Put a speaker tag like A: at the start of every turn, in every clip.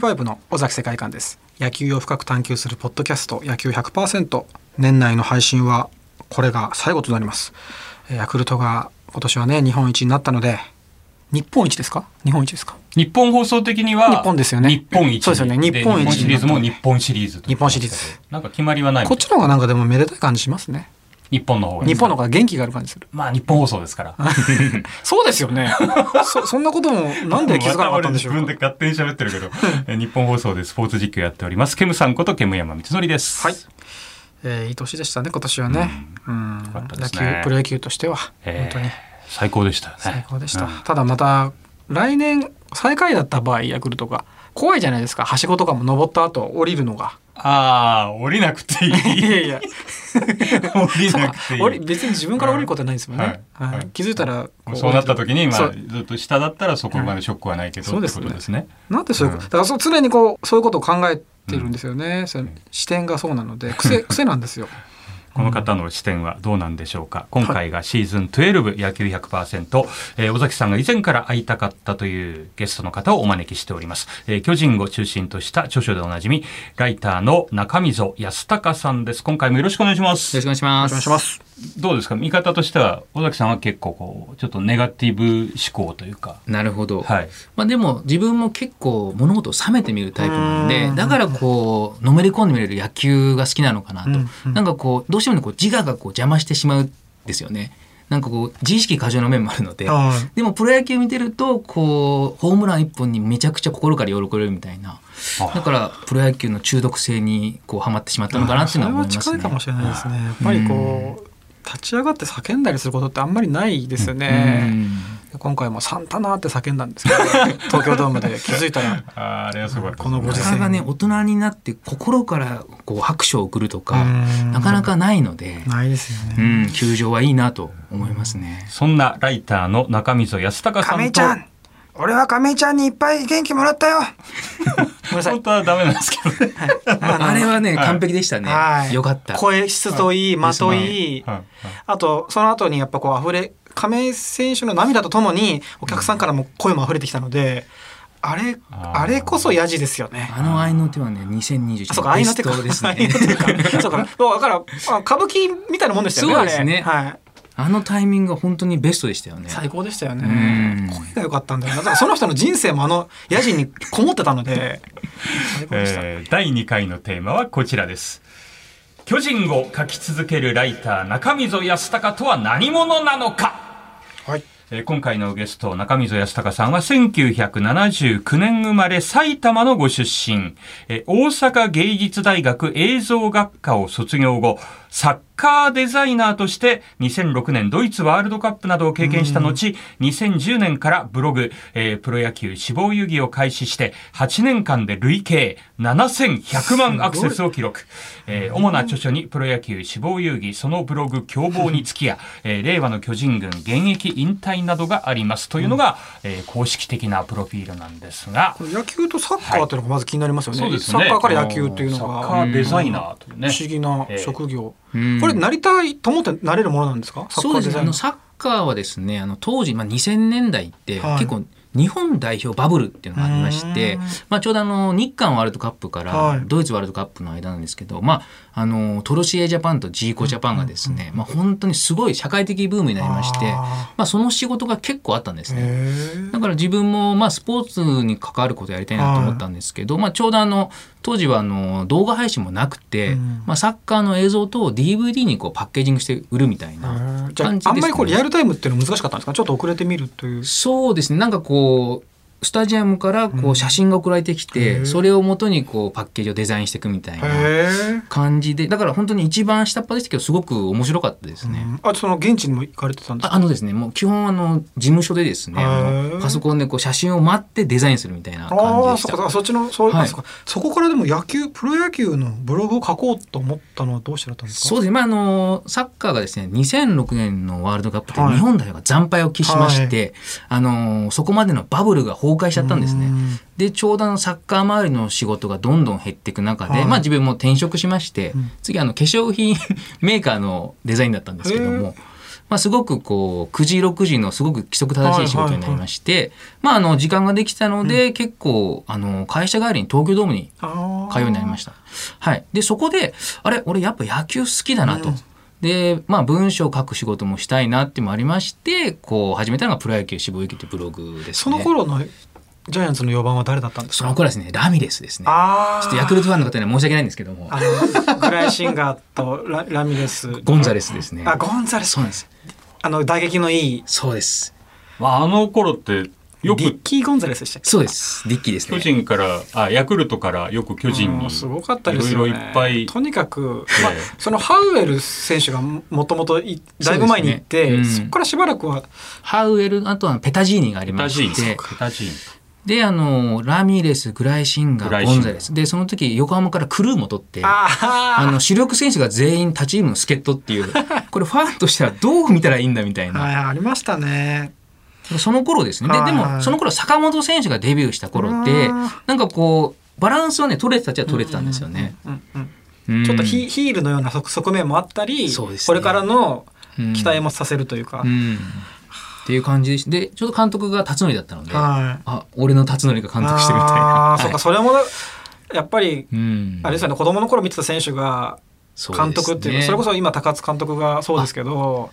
A: パイプの尾崎世界観です野球を深く探求するポッドキャスト野球100%年内の配信はこれが最後となりますえーヤクルトが今年はね日本一になったので日本一ですか日本一ですか
B: 日本放送的には
A: 日本ですよね
B: 日本一
A: そうですよね日本一
B: でシリーズも日本シリーズと
A: 日本シリーズ
B: なんか決まりはない
A: こっちの方がなんかでもめでたい感じしますね
B: 日本の方が
A: 日本の方が元気がある感 じする
B: まあ日本放送ですから
A: そうですよねそそんなこともなんで気づかなかったんでしょう
B: ま
A: か
B: た俺自分で勝手に喋っ てるけどえ日本放送でスポーツ実況やっておりますケムさんことケム山光則です
A: はい、えー、いい年でしたね今年はね,、うん
B: よかったで
A: 野
B: す
A: 球
B: ね
A: プロ野球としては
B: えー
A: 本当に
B: 最高でしたよね
A: 最高でした、
B: うん
A: ただまた来年最下位だった場合ヤクルトが怖いじゃないですかはしごとかも登った後降りるのが
B: ああ降りなくていい
A: いやいや
B: 降りなくてい
A: 降り
B: い
A: 別に自分から降りることはないですもんね、
B: はい
A: はい
B: はい
A: 気づいたらこ
B: そうなった時に、ま
A: そ
B: あ、
A: う
B: ずっと下だったらそこまでショックはないけど、
A: そう
B: っ
A: で
B: て
A: す
B: こ
A: ね
B: とですね。
A: なんでそういうこと、
B: う
A: だからそう常にこうそういうことを考えてるんですよね、その視点がそうなので癖癖なんですよ
B: この方の視点はどうなんでしょうか。今回がシーズン12野球100%、えー尾崎さんが以前から会いたかったというゲストの方をお招きしております。えー巨人を中心とした著書でおなじみ、ライターの中溝康隆さんです。今回もよろしくお願いしま
C: よろしくお
B: す。
C: 願いします。
A: お願いします
B: どうですか見方としては、尾崎さんは結構こう、ちょっとネガティブ思考というか。
C: なるほど。
B: はい。
C: まあでも自分も結構物事を冷めてみるタイプなん
A: う
C: で
A: ん、
C: だからこう、のめり込んでみれる野球が好きなのかなと。
A: うんうん
C: なんかこう、どうしてもねこう自我がこう邪魔してしまうんですよね。なんかこう、自意識過剰な面もあるので。
A: あー
C: でもプロ野球見てると、こう、ホームラン一本にめちゃくちゃ心から喜べるみたいな。だからプロ野球の中毒性にこうハマってしまったのかなっていうのは思いますね。
A: それは近いかもしれないですね。やっぱりこう、立ち上がって叫んだりすることってあんまりないですよ
C: う
A: ね。
C: ん
A: 今回もサンタナって叫んだんですけど、東京ドームで気づいたら。
B: あーあれはすごい。
A: このご
C: な
A: 時
C: かなかね大人になって心からこう拍手を送るとか
A: うん
C: なかなかないので、
A: ないですよ
C: う
A: ね。
C: ん、球場はいいなと思いますね。
B: そんなライターの中溝康隆さんと。
A: 亀井ちゃん、俺は亀井ちゃんにいっぱい元気もらったよ。 ごめんなさ
B: 本
A: い。
B: 当はダメなんですけ どね。
C: あれはね完璧でしたね
A: はい。
C: よかった。
A: 声質といい、間といい
B: はい。はい
A: あと、その後にやっぱこう溢れ、亀井選手の涙とともに、お客さんからも声も溢れてきたので、あれ、
B: あー
A: あれこそヤジですよね。
C: あの愛の手はね2021
A: あそうか、合い
C: ベ
A: の
C: ス
A: 手か。
C: トです
A: 合い
C: ね
A: の。手か。そうか。もうだから、あ歌舞伎みたいなもんでしたよね。
C: そうですね
A: あれはい。
C: あのタイミングは本当にベストでしたよね。
A: 最高でしたよ
C: うん
A: ね。声が良かったんだよな。だからその人の人生もあの野人にこもってたので、最高でした。
B: えー第2回のテーマはこちらです。巨人を書き続けるライター中溝康隆とは何者なのか、
A: はい。
B: えー今回のゲスト中溝康隆さんは1979年生まれ埼玉のご出身、えー大阪芸術大学映像学科を卒業後、サッカーデザイナーとして2006年ドイツワールドカップなどを経験した後、2010年からブログ、えープロ野球志望遊戯を開始して、8年間で累計7100万アクセスを記録。えー主な著書にプロ野球志望遊戯、そのブログ凶暴につきや、えー令和の巨人軍現役引退などがありますというのが、えー公式的なプロフィールなんですが、
A: 野球とサッカーっていうのがまず気になりますよね。
B: そうです
A: サ
B: ね
A: ッカーから野球っていうの
B: サ
A: が。
B: ッカーデザイナーというね
A: 不思議な職業。
C: うん
A: これ、なりたいと思ってなれるものなんですかサッ
C: そ
A: カ
C: う
A: ー
C: で
A: デザ
C: すね。
A: イナ
C: あの
A: ー。
C: サッカーはですね、あの当時まあ2000年代って
A: はい
C: 結構日本代表バブルっていうのがありまして、
A: うん
C: まあちょうどあの日韓ワールドカップか
A: は
C: ら
A: い
C: ドイツワールドカップの間なんですけど、まああのトロシエジャパンとジーコジャパンがですね、まあ本当にすごい社会的ブームになりまして、
A: あ
C: まあその仕事が結構あったんです
A: ー
C: ね。
A: へ
C: だから自分もまあスポーツに関わることやりたいなと思ったんですけど、まあ、ちょうどあの当時はあの動画配信もなくて、
A: うん
C: まあ、サッカーの映像と DVD にこうパッケージングして売るみたいな
A: ーじゃあ
C: 感じで
A: あ
C: す、ね、
A: んまりこうリアルタイムっていうの難しかったんですかちょっと遅れてみるという。
C: そうですねなんかこうスタジアムからこう写真が送られてきて、
A: へえ
C: それを元にこうパッケージをデザインしていくみたいな
A: え。
C: 感じでだから本当に一番下っ端でしたけどすごく面白かったですね。
A: あ、その現地にも行かれてたんですか
C: ああのですね、もう基本あの事務所でですね、あ
A: へえ
C: のパソコンでこう写真を待ってデザインするみたいな感じ
A: ああ
C: で
A: ー、
C: し
A: そ
C: た
A: っ。か、そっちの、そう、
C: はい
A: あそっかそこからでも野球、プロ野球のブログを書こうと思ったのはどうしてだったんですか
C: そうですね、まあ、あのサッカーがですね2006年のワールドカップで
A: はい
C: 日本代表が惨敗を喫しまして、あのそこまでのバブルが崩壊しちゃったんです
A: う
C: ね。
A: ん
C: でちょうどあのサッカー周りの仕事がどんどん減っていく中で、
A: はい
C: まあ、自分も転職しまして、
A: うん
C: 次あの化粧品メーカーのデザインだったんですけども、まあ、すごくこう9時6時のすごく規則正しい仕事になりまして、まあ、あの時間ができたので、結構あの会社帰りに東京ドームに通うようになりました。はい、でそこであれ俺やっぱ野球好きだなと。でまあ、文章を書く仕事もしたいなってもありましてこう始めたのがプロ野球渋谷駅っていうブログです
A: その
C: ね。
A: 頃のジャイアンツの4番は誰だったんです
C: そ
A: か
C: の頃はですねラミレスですね。
A: あ
C: ち
A: ー
C: ょっとヤクルトファンの方には申し訳ないんですけども
A: あのグライシンガーとララミレ ス
C: ゴンザレスですね。
A: あゴンザレス
C: そうなんです
A: あの打撃のいい
C: そうです
B: まあ、あの頃って、よ
A: リッ
B: く
A: キー・ゴンザレスでしたっけ
C: そうですディッキーです
B: 巨
C: ね。
B: 人から、あ、ヤクルトからよく巨人
A: うん
B: に、
A: すごかったですよね
B: いろいろいっぱい。
A: とにかく、
B: ええ
A: まあ、そのハウエル選手がももともといだいぶ前に行って
C: そ
A: そ,、
C: うですねうん
A: こからしばらくは
C: ハウエルあとはペタジーニがあり
B: ペ
C: ま
B: タジー
C: し
B: ン。
C: て
B: ペタジーン。
C: であのラミレスグライシンガ
B: グラ
C: ー
B: イシン
C: ゴ
B: ガー
C: ンザレスでその時横浜からクルーも取って。
A: あ
C: あの主力選手が全員他チームの助っ人っていう これファンとしてはどう見たらいいんだみたい
A: あ、はい、
C: な
A: ありましたね。
C: その頃ですねで
A: はい
C: でもその頃坂本選手がデビューした頃って
A: うん
C: なんかこうバランスはね取れてたっちゃ取れてたんですよね。
A: うんうん
C: うん
A: ちょっとヒヒールのような側側面もあったり、
C: そうですね
A: これからの
C: うん
A: 期待もさせるというか、
C: うんっていう感じでしでちょうど監督が辰徳だったので
A: はい。
C: あ俺の辰徳が監督してるみたいな。
A: あ
C: は
A: あ、
C: い
A: そうか、それもやっぱり、
C: うん
A: あれですよね、子供の頃見てた選手が監督っていうかそれこ
C: そ
A: そ今高津監督がそうですけど不思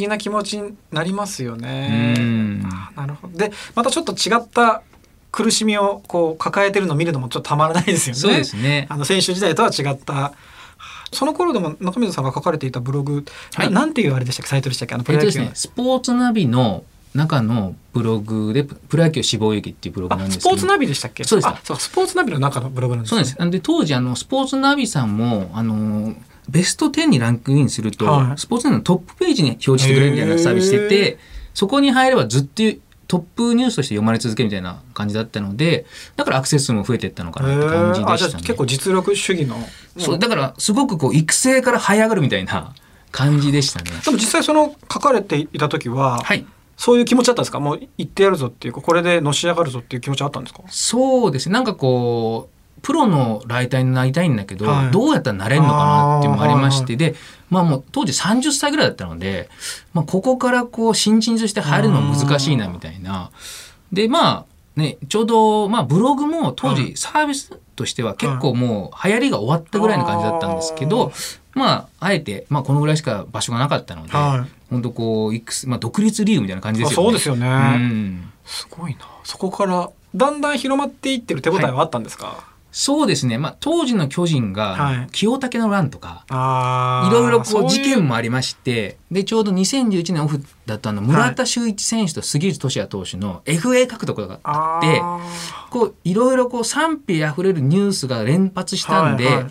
A: 議な気持ちになりますよね
C: うん。
A: あなるほどでまたちょっと違った苦しみをこう抱えてるのを見るのもちょっとたまらないですよね。
C: そうですね
A: あの選手時代とは違ったその頃でも中水さんが書かれていたブログ、
C: はい
A: ななんていうあれでしたっけサイトでしたっけあのプ
C: え
A: ロ
C: っ
A: 野球
C: とです
A: の、
C: ねスポーツナビの中のブログでププロ野球志望遊戯っていうブログなん
A: あ
C: です
A: ス
C: けど
A: ポーツナビでしたっけ
C: そうです
A: あそうかスポーツナビの中のブログなんです、
C: そ
A: ね、
C: うなんですなんで当時あのスポーツナビさんもあのベスト10にランクインすると、
A: はい
C: スポーツナビのトップページに表示してくれるみたいなサービスして
A: へ
C: てそこに入ればずっとトップニュースとして読まれ続けるみたいな感じだったのでだからアクセス数も増えていったのかなって感じ
A: へーあ
C: で
A: じゃ
C: し
A: あ
C: たね。
A: 結構実力主義の
C: そうだからすごくこう育成から這い上がるみたいな感じでしたね。
A: でも実際その書かれていた時は、
C: はい
A: そういう気持ちだったんですかもう行ってやるぞっていうかこれでのし上がるぞっていう気持ちあったんですか
C: そうですねなんかこうプロのライターになりたいんだけど、
A: はい
C: どうやったらなれるのかなっていうのもありまして
A: あ
C: で、まあ、もう当時30歳ぐらいだったので、まあ、ここからこう新人として入るのも難しいなみたいな。でまあね、ちょうど、まあ、ブログも当
A: は
C: 時サービスとしては結構もう流行りが終わったぐらいの感じだったんですけど、まああえて、まあ、このぐらいしか場所がなかったので、
A: はい
C: 本当こういくつ、まあ、独立リーグみたいな感じ
A: あ
C: ですよね。
A: そうですよね、
C: うん
A: すごいなそこからだんだん広まっていってる手応えはあったんですか、
C: そうですね、まあ、当時の巨人が、
A: はい
C: 清武の乱とか
A: あー
C: いろいろこ
A: そうい
C: 事件もありましてでちょうど2011年オフだったあの村田修一選手と杉内俊也投手の FA 獲得が
A: あ
C: あって
A: ー
C: こういろいろこう賛否あふれるニュースが連発したんで、
A: はいはい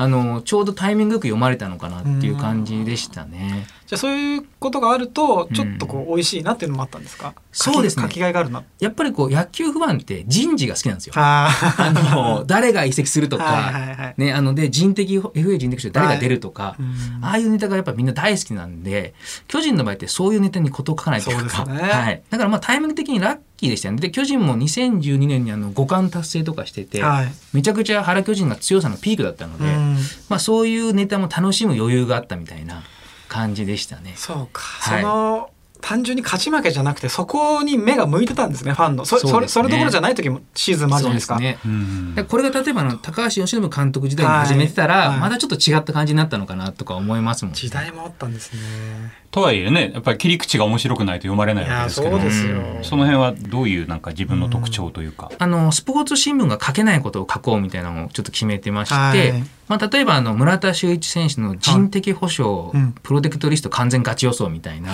C: あのちょうどタイミングよく読まれたのかなっていう感じでしたね。
A: じゃあそういうことがあるとちょっとこう美味しいなっていうのもあったんですか、
C: そうですね
A: 書き書きがいがあるな
C: やっぱりこう野球ファンって人事が好きなんですよ。
A: あ
C: あの誰が移籍するとか、
A: はいはいはい
C: ね、あので人的 FA 人的賞誰が出るとか、
A: うん
C: ああいうネタがやっぱみんな大好きなんで巨人の場合ってそういうネタに事を書かないというか
A: そうですね
C: はい、だからまあタイミング的にラッキーでしたよねで巨人も2012年にあの5冠達成とかしてて、
A: はい、
C: めちゃくちゃ原巨人が強さのピークだったので、
A: うん
C: まあ、そういうネタも楽しむ余裕があったみたいな感じでしたね。
A: そうか、
C: はい
A: その単純に勝ち負けじゃなくてそこに目が向いてたんですねファンのそ
C: そう
A: そ
C: で
A: れ
C: す
A: そ
C: ね
A: れどころじゃない時もシーズンもあるじゃ
C: そう
A: ない
C: で
A: です
C: す
A: か
C: ね
B: うん
C: でこれが例えばあの高橋由伸監督時代に始めてたら、
A: はい
C: まだちょっと違った感じになったのかなとか思いますもん、ね、
A: 時代もあったんですね
B: とはいえね、やっぱり切り口が面白くないと読まれない
A: い
B: わけ
A: や
B: ですけど
A: そうですよ、
B: その辺はどういうなんか自分の特徴というか。
C: あのスポーツ新聞が書けないことを書こうみたいなのをちょっと決めてまして、
A: はい
C: まあ、例えばあの村田修一選手の人的保障、
A: いうん
C: プロテクトリスト完全ガチ予想み たいな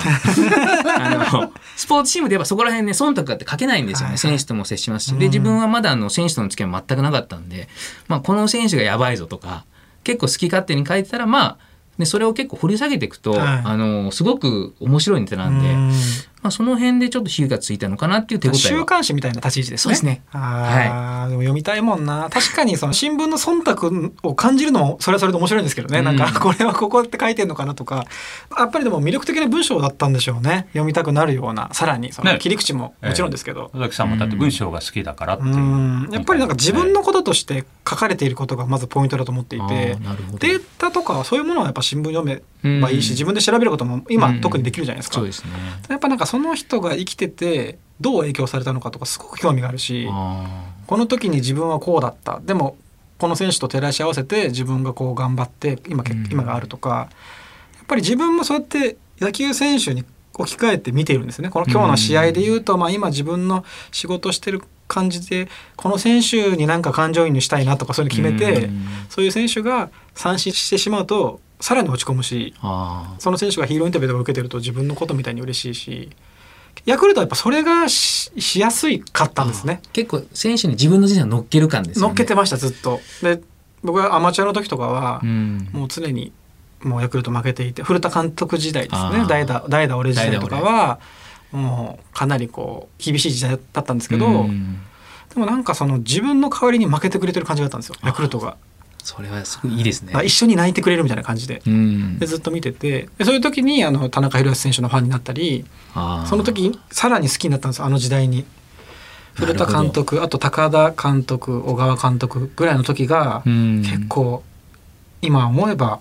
C: あのスポーツチームで言えばそこら辺ね忖度があって書けないんですよね、
A: はい
C: 選手とも接しますし、
A: うん
C: で自分はまだあの選手との付き合いも全くなかったんで、まあ、この選手がやばいぞとか結構好き勝手に書いてたらまあ、ね、それを結構掘り下げていくと、
A: はい
C: あのすごく面白いネタなんで。
A: うん
C: まあ、その辺でちょっと火がついたのかなっていう手応え
A: 週
C: は。
A: 刊誌みたいな立ち位置ですね。
C: そうですね
A: ああ、でも読みたいもんな。確かにその新聞の忖度を感じるのもそれはそれで面白いんですけどね。
C: うん
A: なんか これはここって書いてんのかなとか、やっぱりでも魅力的な文章だったんでしょうね。読みたくなるような、さらにその
B: ね
A: 切り口ももちろんですけど。
B: 尾崎さんもだって文章が好きだからっていうう。
A: んやっぱりなんか自分のこととして書かれていることがまずポイントだと思ってい
C: あ
A: て
C: ーなるほど
A: データとかそういうものはやっぱ新聞読めばいいし
C: うん
A: 自分で調べることも今特にできるじゃないですか
C: そうですね。
A: やっぱなんかその人が生きててどう影響されたのかとかすごく興味があるし
C: あ
A: この時に自分はこうだったでもこの選手と照らし合わせて自分がこう頑張って今け
C: うん
A: 今があるとかやっぱり自分もそうやって野球選手に置き換えて見ているんですねこの今日の試合で言うと、まあ、今自分の仕事してる感じでこの選手になんか感情移入したいなとかそういう
C: ー
A: の決めて
C: うん
A: そういう選手が三振してしまうとさらに落ち込むし
C: あ
A: その選手がヒーローインタビューとか受けてると自分のことみたいに嬉しいしヤクルトはやっぱそれがししやすいかったんですね
C: ー。結構選手に自分の人生を乗っける感ですよね。
A: 乗っけてましたずっと。で僕はアマチュアの時とかは
C: う、ん。
A: もう常にもうヤクルト負けていて古田監督時代です
C: あ
A: ね
C: ー
A: 代打代打俺時代とかはもうかなりこう厳しい時代だったんですけど、
C: うん
A: でもなんかその自分の代わりに負けてくれてる感じだったんですよヤクルトが。
C: それはすごいいいですね
A: だから。一緒に泣いてくれるみたいな感じで。
C: うん
A: でずっと見ててでそういう時にあの田中宏康選手のファンになったり
C: あー
A: その時さらに好きになったんですよあの時代に古田監督あと高田監督小川監督ぐらいの時が
C: うん
A: 結構今思えば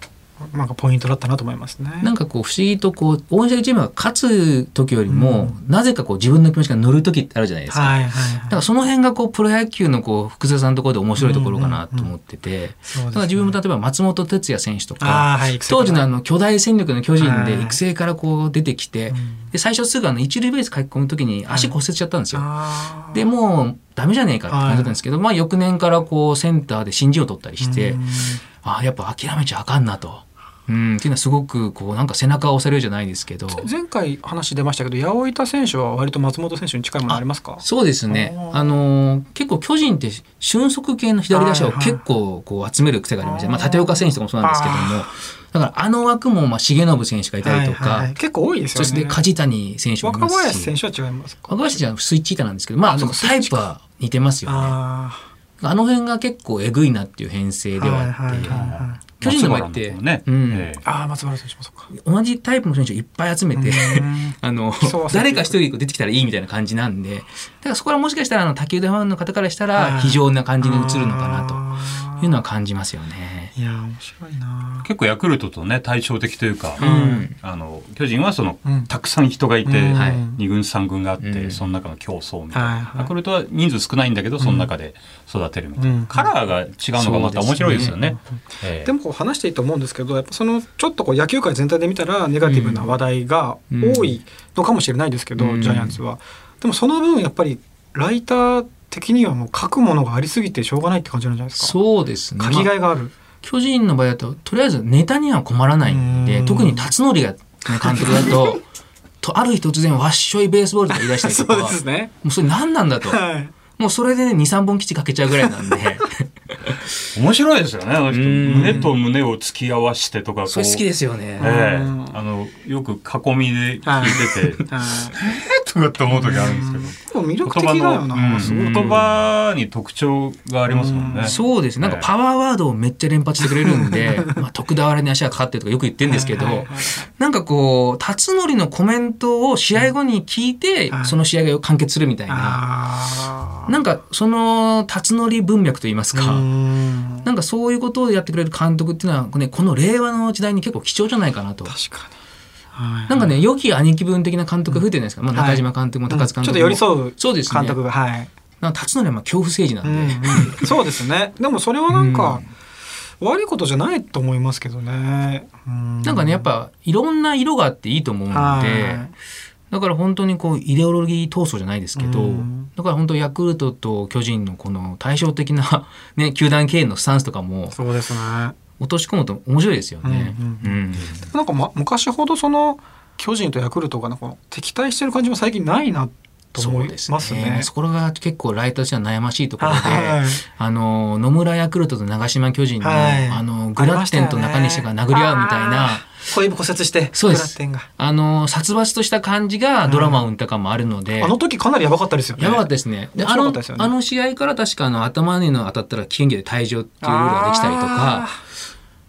A: なんかポイントだったなと思いますね。
C: なんかこう不思議とこう応援してるチームが勝つ時よりも、なぜかこう自分の気持ちが乗る時ってあるじゃないですか。
A: はいはいはい
C: だからその辺がこうプロ野球のこう複雑なところで面白いところかなと思ってて、
A: そうですね
C: だから自分も例えば松本哲也選手とか、
A: あーはい
C: 当時のあの巨大戦力の巨人
A: は
C: で
A: い
C: 育成からこう出てきて、
A: ん
C: で最初すぐあの一塁ベース書き込む時に足骨折しちゃったんですよ。
A: あー
C: でもうダメじゃねえかって感じだったんですけど、まあ翌年からこうセンターで新人を取ったりして、
A: うん
C: ああやっぱ諦めちゃあかんなと。うん、っていうのはすごくこうなんか背中を押されるじゃないですけど
A: 前回話出ましたけど八百板選手は割と松本選手に近いものありますか
C: そうですね
A: おー
C: あのー結構巨人って俊足系の左打者を結構こう集める癖がありまして、まあ、立岡選手とかもそうなんですけどもだからあの枠もまあ重信選手がいたりとか、
A: はいはい結構多いですよ
C: そ
A: ね。
C: して梶谷選手もい
A: 若
C: ます
A: 林
C: し
A: 選手は違いますか
C: 若林じゃスイッチヒッターなんですけどまあでもタイプは似てますよねあ
A: あ
C: の辺が結構えぐいなっていう編成
A: ー
C: ではあって、
A: はいはいはいはい
C: 巨人の場合って
B: 松原の方ね、
C: うん
B: ええ
A: あー松原選手もそっか。
C: 同じタイプの選手をいっぱい集めて、
A: うん
C: あの
A: 競わせていく
C: 誰か一人出てきたらいいみたいな感じなんでだからそこはもしかしたらあの他球団ファンの方からした
A: は
C: ら
A: い
C: 非常な感じに映るのかなと
A: あー
C: いうのは感じますよね。
A: いやー面白いな
B: 結構ヤクルトとね対照的というか、
C: ん
B: あの巨人はその、
A: うん
B: たくさん人がいて、
A: うん
C: はい
B: 2軍3軍があって、
C: うん
B: その中の競争みたいな、
A: はいはい
B: ヤクルトは人数少ないんだけどその中で育てるみたいな、
A: うん
B: カラーが違うのがまた面白いですよね。ええ
A: でもこう話していいと思うんですけどやっぱそのちょっとこう野球界全体で見たらネガティブな話題が多いのかもしれないですけど、
C: うん
A: ジャイアンツは。でもその分やっぱりライター的にはもう書くものがありすぎてしょうがないって感じなんじゃないですか。
C: そうですね、
A: 書き
C: ま
A: が
C: あ
A: いがある。
C: 巨人の場合だととりあえずネタには困らないんで
A: うん
C: 特に辰徳が、ね、監督だ ととある日突然わっしょいベースボールとか言い出したりとか
A: ね。
C: もうそれ何な んだと
A: はい。
C: もうそれで、ね、23本基地かけちゃうぐらいな んで
B: 面白いですよねあの人
C: うん
B: 胸と胸を突き合わしてとかこう
C: それ好きですよね。
B: ええ
A: うん
B: あのよく囲みで聞い てて、
A: はい
B: えっとかって思う時あるんですけど。
A: でも魅力
B: 言
A: 的
B: 葉
A: だ
B: の
A: よな。
B: うん
A: すごい
B: 言葉に特徴がありますもんね。
C: そうですねなんかパワーワードをめっちゃ連発してくれる んで、まあ、徳田原に足がかかってるとかよく言ってるんですけど、
A: はいはいはい
C: なんかこう辰徳のコメントを試合後に聞いて、
A: はい
C: その試合が完結するみたいな、
A: あー
C: なんかその辰徳文脈といいますか、
A: うん
C: なんかそういうことをやってくれる監督っていうのは、ね、この令和の時代に結構貴重じゃないかなと。
A: 確かに。はい
C: なんかね、良き兄貴分的な監督が増えてるじゃないですか。まあ、
A: はい
C: 中島監督も高津監督も。
A: ちょっと寄り添う
C: そうですね
A: 監督が、はい。
C: なんか辰徳はまあ恐怖政治なん で。
A: そうですね。でもそれはなんか、悪いことじゃないと思いますけどね。な
C: なんかねやっぱいろんな色があっていいと思うんで
A: はい
C: だから本当にこうイデオロギー闘争じゃないですけど、
A: うん
C: だから本当ヤクルトと巨人のこの対照的な、 ね、球団経営のスタンスとかも
A: そうですね。な
C: 落とし込むと面白いですよね。
A: う
C: うん
A: んか、ま、昔ほどその巨人とヤクルトがなんかこの敵対してる感じも最近ないなと思いますね。そ、ね、
C: こが結構ライターとしては悩ましいところで、はい、あの野村ヤクルトと長島巨人の,はい、あのグラッテンと中西が殴り合うみたいな。
A: 恋も骨折して、
C: そうです。あの、殺伐とした感じがドラマを生んだかもあるので、
A: うん、あの時かなりやばかったですよね。
C: やばかったですね。で、あの、ね、あの試合から確かあの頭にの当たったら金魚で退場っていうルールができたりとか、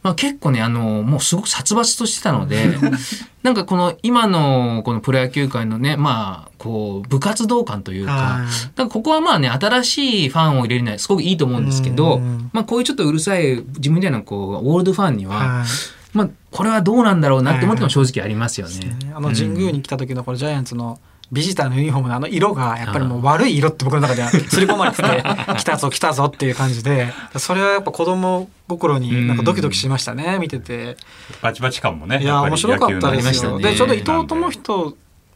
C: まあ、結構ね、あの、もうすごく殺伐としてたので、 なんかこの今のこのプロ野球界のね、まあ、こう、部活動感というか、なんかここはまあね、新しいファンを入れるのはすごくいいと思うんですけど、まあこういうちょっとうるさい自分みたいなこう、オールドファンには、まあ、これはどうなんだろうなって思っても正直ありますよね。はいはい
A: ねあの神宮に来た時のこのジャイアンツのビジターのユニフォームのあの色がやっぱりもう悪い色って僕の中 では刷り込まれてて来たぞ来たぞっていう感じでそれはやっぱ子供心になんかドキドキしましたね見てて
B: バチバチ感もね
A: いや面白かったですよ、ね、でちょうど伊藤智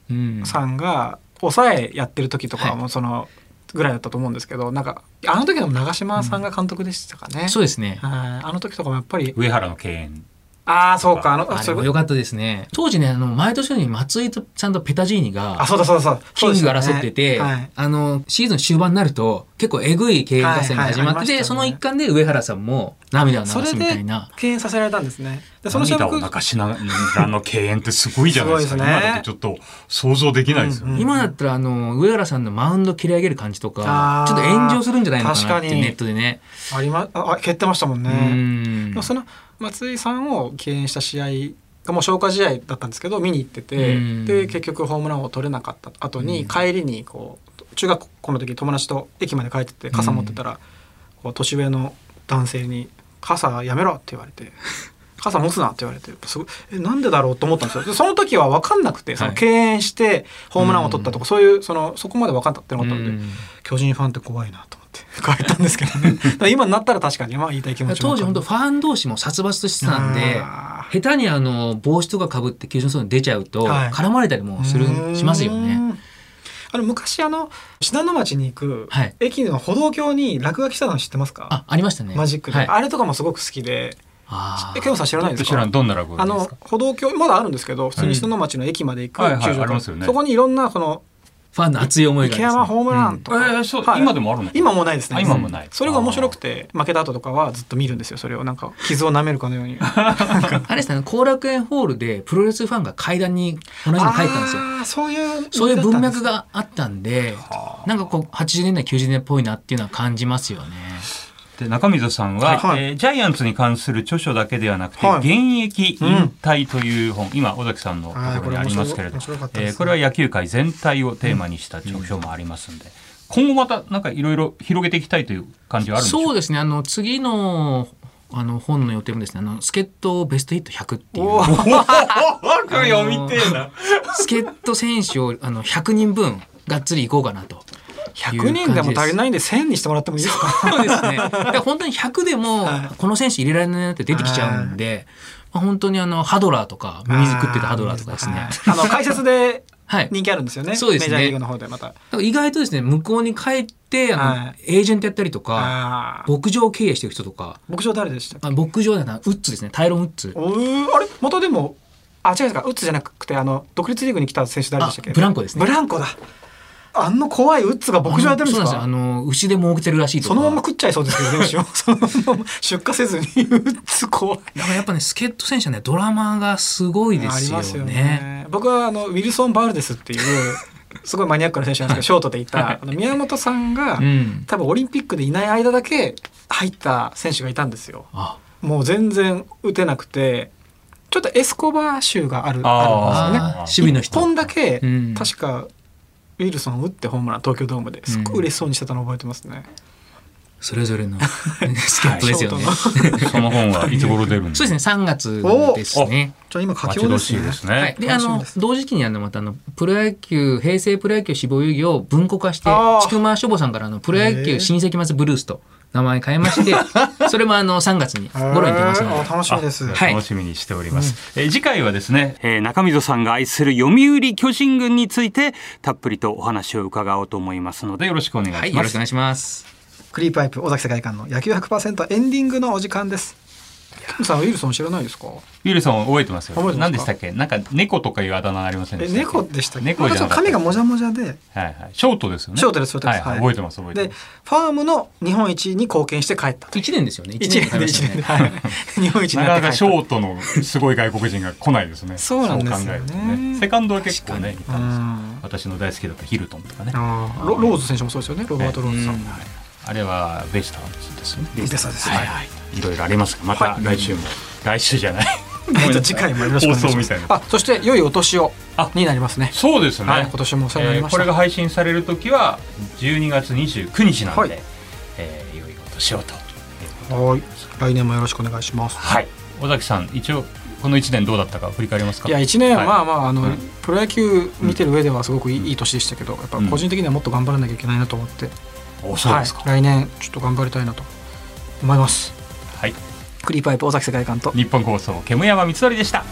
A: 人さんが抑えやってる時とかもその、はいぐらいだったと思うんですけどなんかあの時の長嶋さんが監督でしたかね、
C: うん、そうですね
A: あの時とかもやっぱり
B: 上原の敬遠
A: ああそうかあの
C: あれも良かったですね当時ねあの毎年のように松井さんとペタジーニが
A: あそうだそうだそう
C: キング争ってて、ねはい、あのシーズン終盤になると結構えぐい敬遠合戦が始まってて、はいはいね、その一環で上原さんも涙を流すみたいな
A: 敬遠させられたんですね
B: でその涙を流しながらの敬遠ってすごいじゃないですかす、ね、今だとちょっと想像できないですよね、うん
C: うん、今だったらあの上原さんのマウンド切り上げる感じとかちょっと炎上するんじゃないのかなってネットでね
A: ありまあ蹴ってましたもんねうんその松井さんを敬遠した試合がもう消化試合だったんですけど見に行ってて、うん、で結局ホームランを取れなかった後に帰りにこう中学校の時友達と駅まで帰ってて傘持ってたら、こう年上の男性に「傘やめろ」って言われ て「傘持つな」って言われてすごいえなんでだろうと思ったんですよでその時は分かんなくてその敬遠してホームランを取ったとか、そういうそのそこまで分かんなってなかったので、巨人ファンって怖いなと思って。 書いたんですけどね今になったら確かにまあ言いたい気持ち
C: 当時本当ファン同士も殺伐としてたんで下手にあの帽子とかかぶって球場の外に出ちゃうと絡まれたりもする、はい、しますよね。、
A: あの昔あの信濃町に行く駅の歩道橋に落書きしたの知ってますか、はい
C: あありましたね
A: マジックで、はい、あれとかもすごく好きで。え、ケンさん知らないですか。あの歩道橋まだあるんですけど、普通に信濃町の駅まで行く球場、ね、そこにいろんなこの
C: ファンの熱い思いが、
A: ね、山ホームランとか、
B: うんえーはい、今でもあるの
A: 今もないですね
B: 今もない
A: それが面白くて負けた後とかはずっと見るんですよそれをなんか傷を舐めるかのように
C: あれですね後楽園ホールでプロレスファンが階段に同じの書いたんですよ
A: そういう
C: そういう文脈があったんでなんかこう80年代90年代っぽいなっていうのは感じますよね
B: で中溝さんは、はい、えー、ジャイアンツに関する著書だけではなくて、はい、現役引退という本、うん、今尾崎さんのところにありますけれど、ねえー、これは野球界全体をテーマにした著書もありますんで。うんうん今後またなんかいろいろ広げていきたいという感じはあるんでしょう
C: そうですねあの次のあの本の予定もですね、あの助っ人ベストヒット100っていう。
B: おお、読みてえな。、
C: 助っ人選手をあの100人分がっつりいこうかなと。
A: 100人でも足りないんで1000にしてもらってもいいですか
C: そうですね。本当に100でもこの選手入れられないなって出てきちゃうんで、まあ、本当にあのハドラーとか水食ってたハドラーとかですね。
A: あの解説で人気あるんですよね。はい、
C: そうです
A: メジ
C: ね。
A: ャーリーグの方でまた。
C: 意外とですね、向こうに帰って、あの、エージェントやったりとか、牧場経営してる人とか。
A: 牧場誰でした
C: あ牧場だな、ウッズですね、タイロン・ウッズ。
A: あれまたでも、あ、違うか、ウッズじゃなくて、あの、独立リーグに来た選手誰でしたっけ
C: ブランコですね。
A: ブランコだ。あの怖いウッズが牧場やってるんですか
C: あの牛で儲けてるらしい
A: そのまま食っちゃいそうですけど、ね、そのまま出荷せずにウッズ怖い
C: だからやっぱね助っ人選手はねドラマがすごいですよね、ね、
A: 僕はあのウィルソン・バルデスっていう すごいマニアックな選手なん ですけど、ショートでいた、あの宮本さんが、うん、多分オリンピックでいない間だけ入った選手がいたんですよ。もう全然打てなくて、ちょっとエスコバー州があるあるんですよね。守備の人。1だけ、うん、確かウィルソン打ってホームラン東京ドームですごい嬉しそうにしてたの覚えてますね。うん、
C: それぞ れのスケットですよね。はい
B: の その本はいつ頃出るん
C: そうですね、三月ですね。、
A: じ ゃ今書き下ろ
B: しで すね。はい
C: で、あの同時期にあのまたあのプロ野球平成プロ野球志望遊戯を文庫化して、ちくましょぼさんからあのプロ野球新関松ブルースと。名前変えまして、 それもあの3月に頃に出ますので、
A: 楽しみです。
B: 楽しみにしております。うん、え次回はですね、えー、中溝さんが愛する読売巨人軍についてたっぷりとお話を伺おうと思いますのでよろしくお願いします。はい、
C: よろしくお願いします。
A: クリーパイプ尾崎世界観の野球100%エンディングのお時間です。さんウィルソン知らないですか
B: ウィルソン覚えてますよ。
A: 覚えてますか
B: 何でしたっけなんか猫とかいうあだ名ありませんで
A: え
B: したっけ
A: 猫でしたっけ
B: 猫じ
A: な
B: ゃ
A: んか
B: なか
A: ちょっと髪
B: った
A: がもじゃもじゃで
B: はいはい。ショートですよね。
A: ショートですショートです
B: はいは。
A: はいい
B: 覚えてます、覚えて
A: で
B: ます。
A: ファームの日本一に貢献して帰ったと
C: 一年ですよね。一
A: 一
C: 年
A: 年で一年で、
C: ね。
A: はい、日本一にな
B: なか
A: って帰っ
B: なか
A: た
B: ショートのすごい外国人が来ないですね。
A: そうなんですよね
B: そう考えるとセカンドは結構ね、いた
A: うん
B: ですよ
A: ん
B: 私の大好きだったヒルトンとかね。
A: あーロローズ選手もそうですよねロバート・ローズさんも、
B: はいあれはベイスターズですよね。
A: ベイスターズです
B: はいはい。いろいろありますが、また来週も、来週じゃない。
A: えっと次回もよろしくお願いし
B: 放送
A: ま
B: み
A: す
B: たいな
A: あそして良いお年を
B: あ
A: になりますね
B: そうですね。
A: はい今年もお世話になりました
B: えーこれが配信される時は12月29日なんで、
A: はい
B: えー良いお年をと。
A: はい来年もよろしくお願いします
B: はい。尾崎さん、一応この1年どうだったか振り返りますか。
A: いや1年はまあまああの、
B: うん
A: プロ野球見てる上ではすごくいい,、年でしたけどやっぱ個人的にはもっと頑張らなきゃいけないなと思って、
B: おそうですか。
A: はい、来年ちょっと頑張りたいなと思います
B: はい。
A: クリーパイプ尾崎世界観と
B: 日本放送煙山光則でした。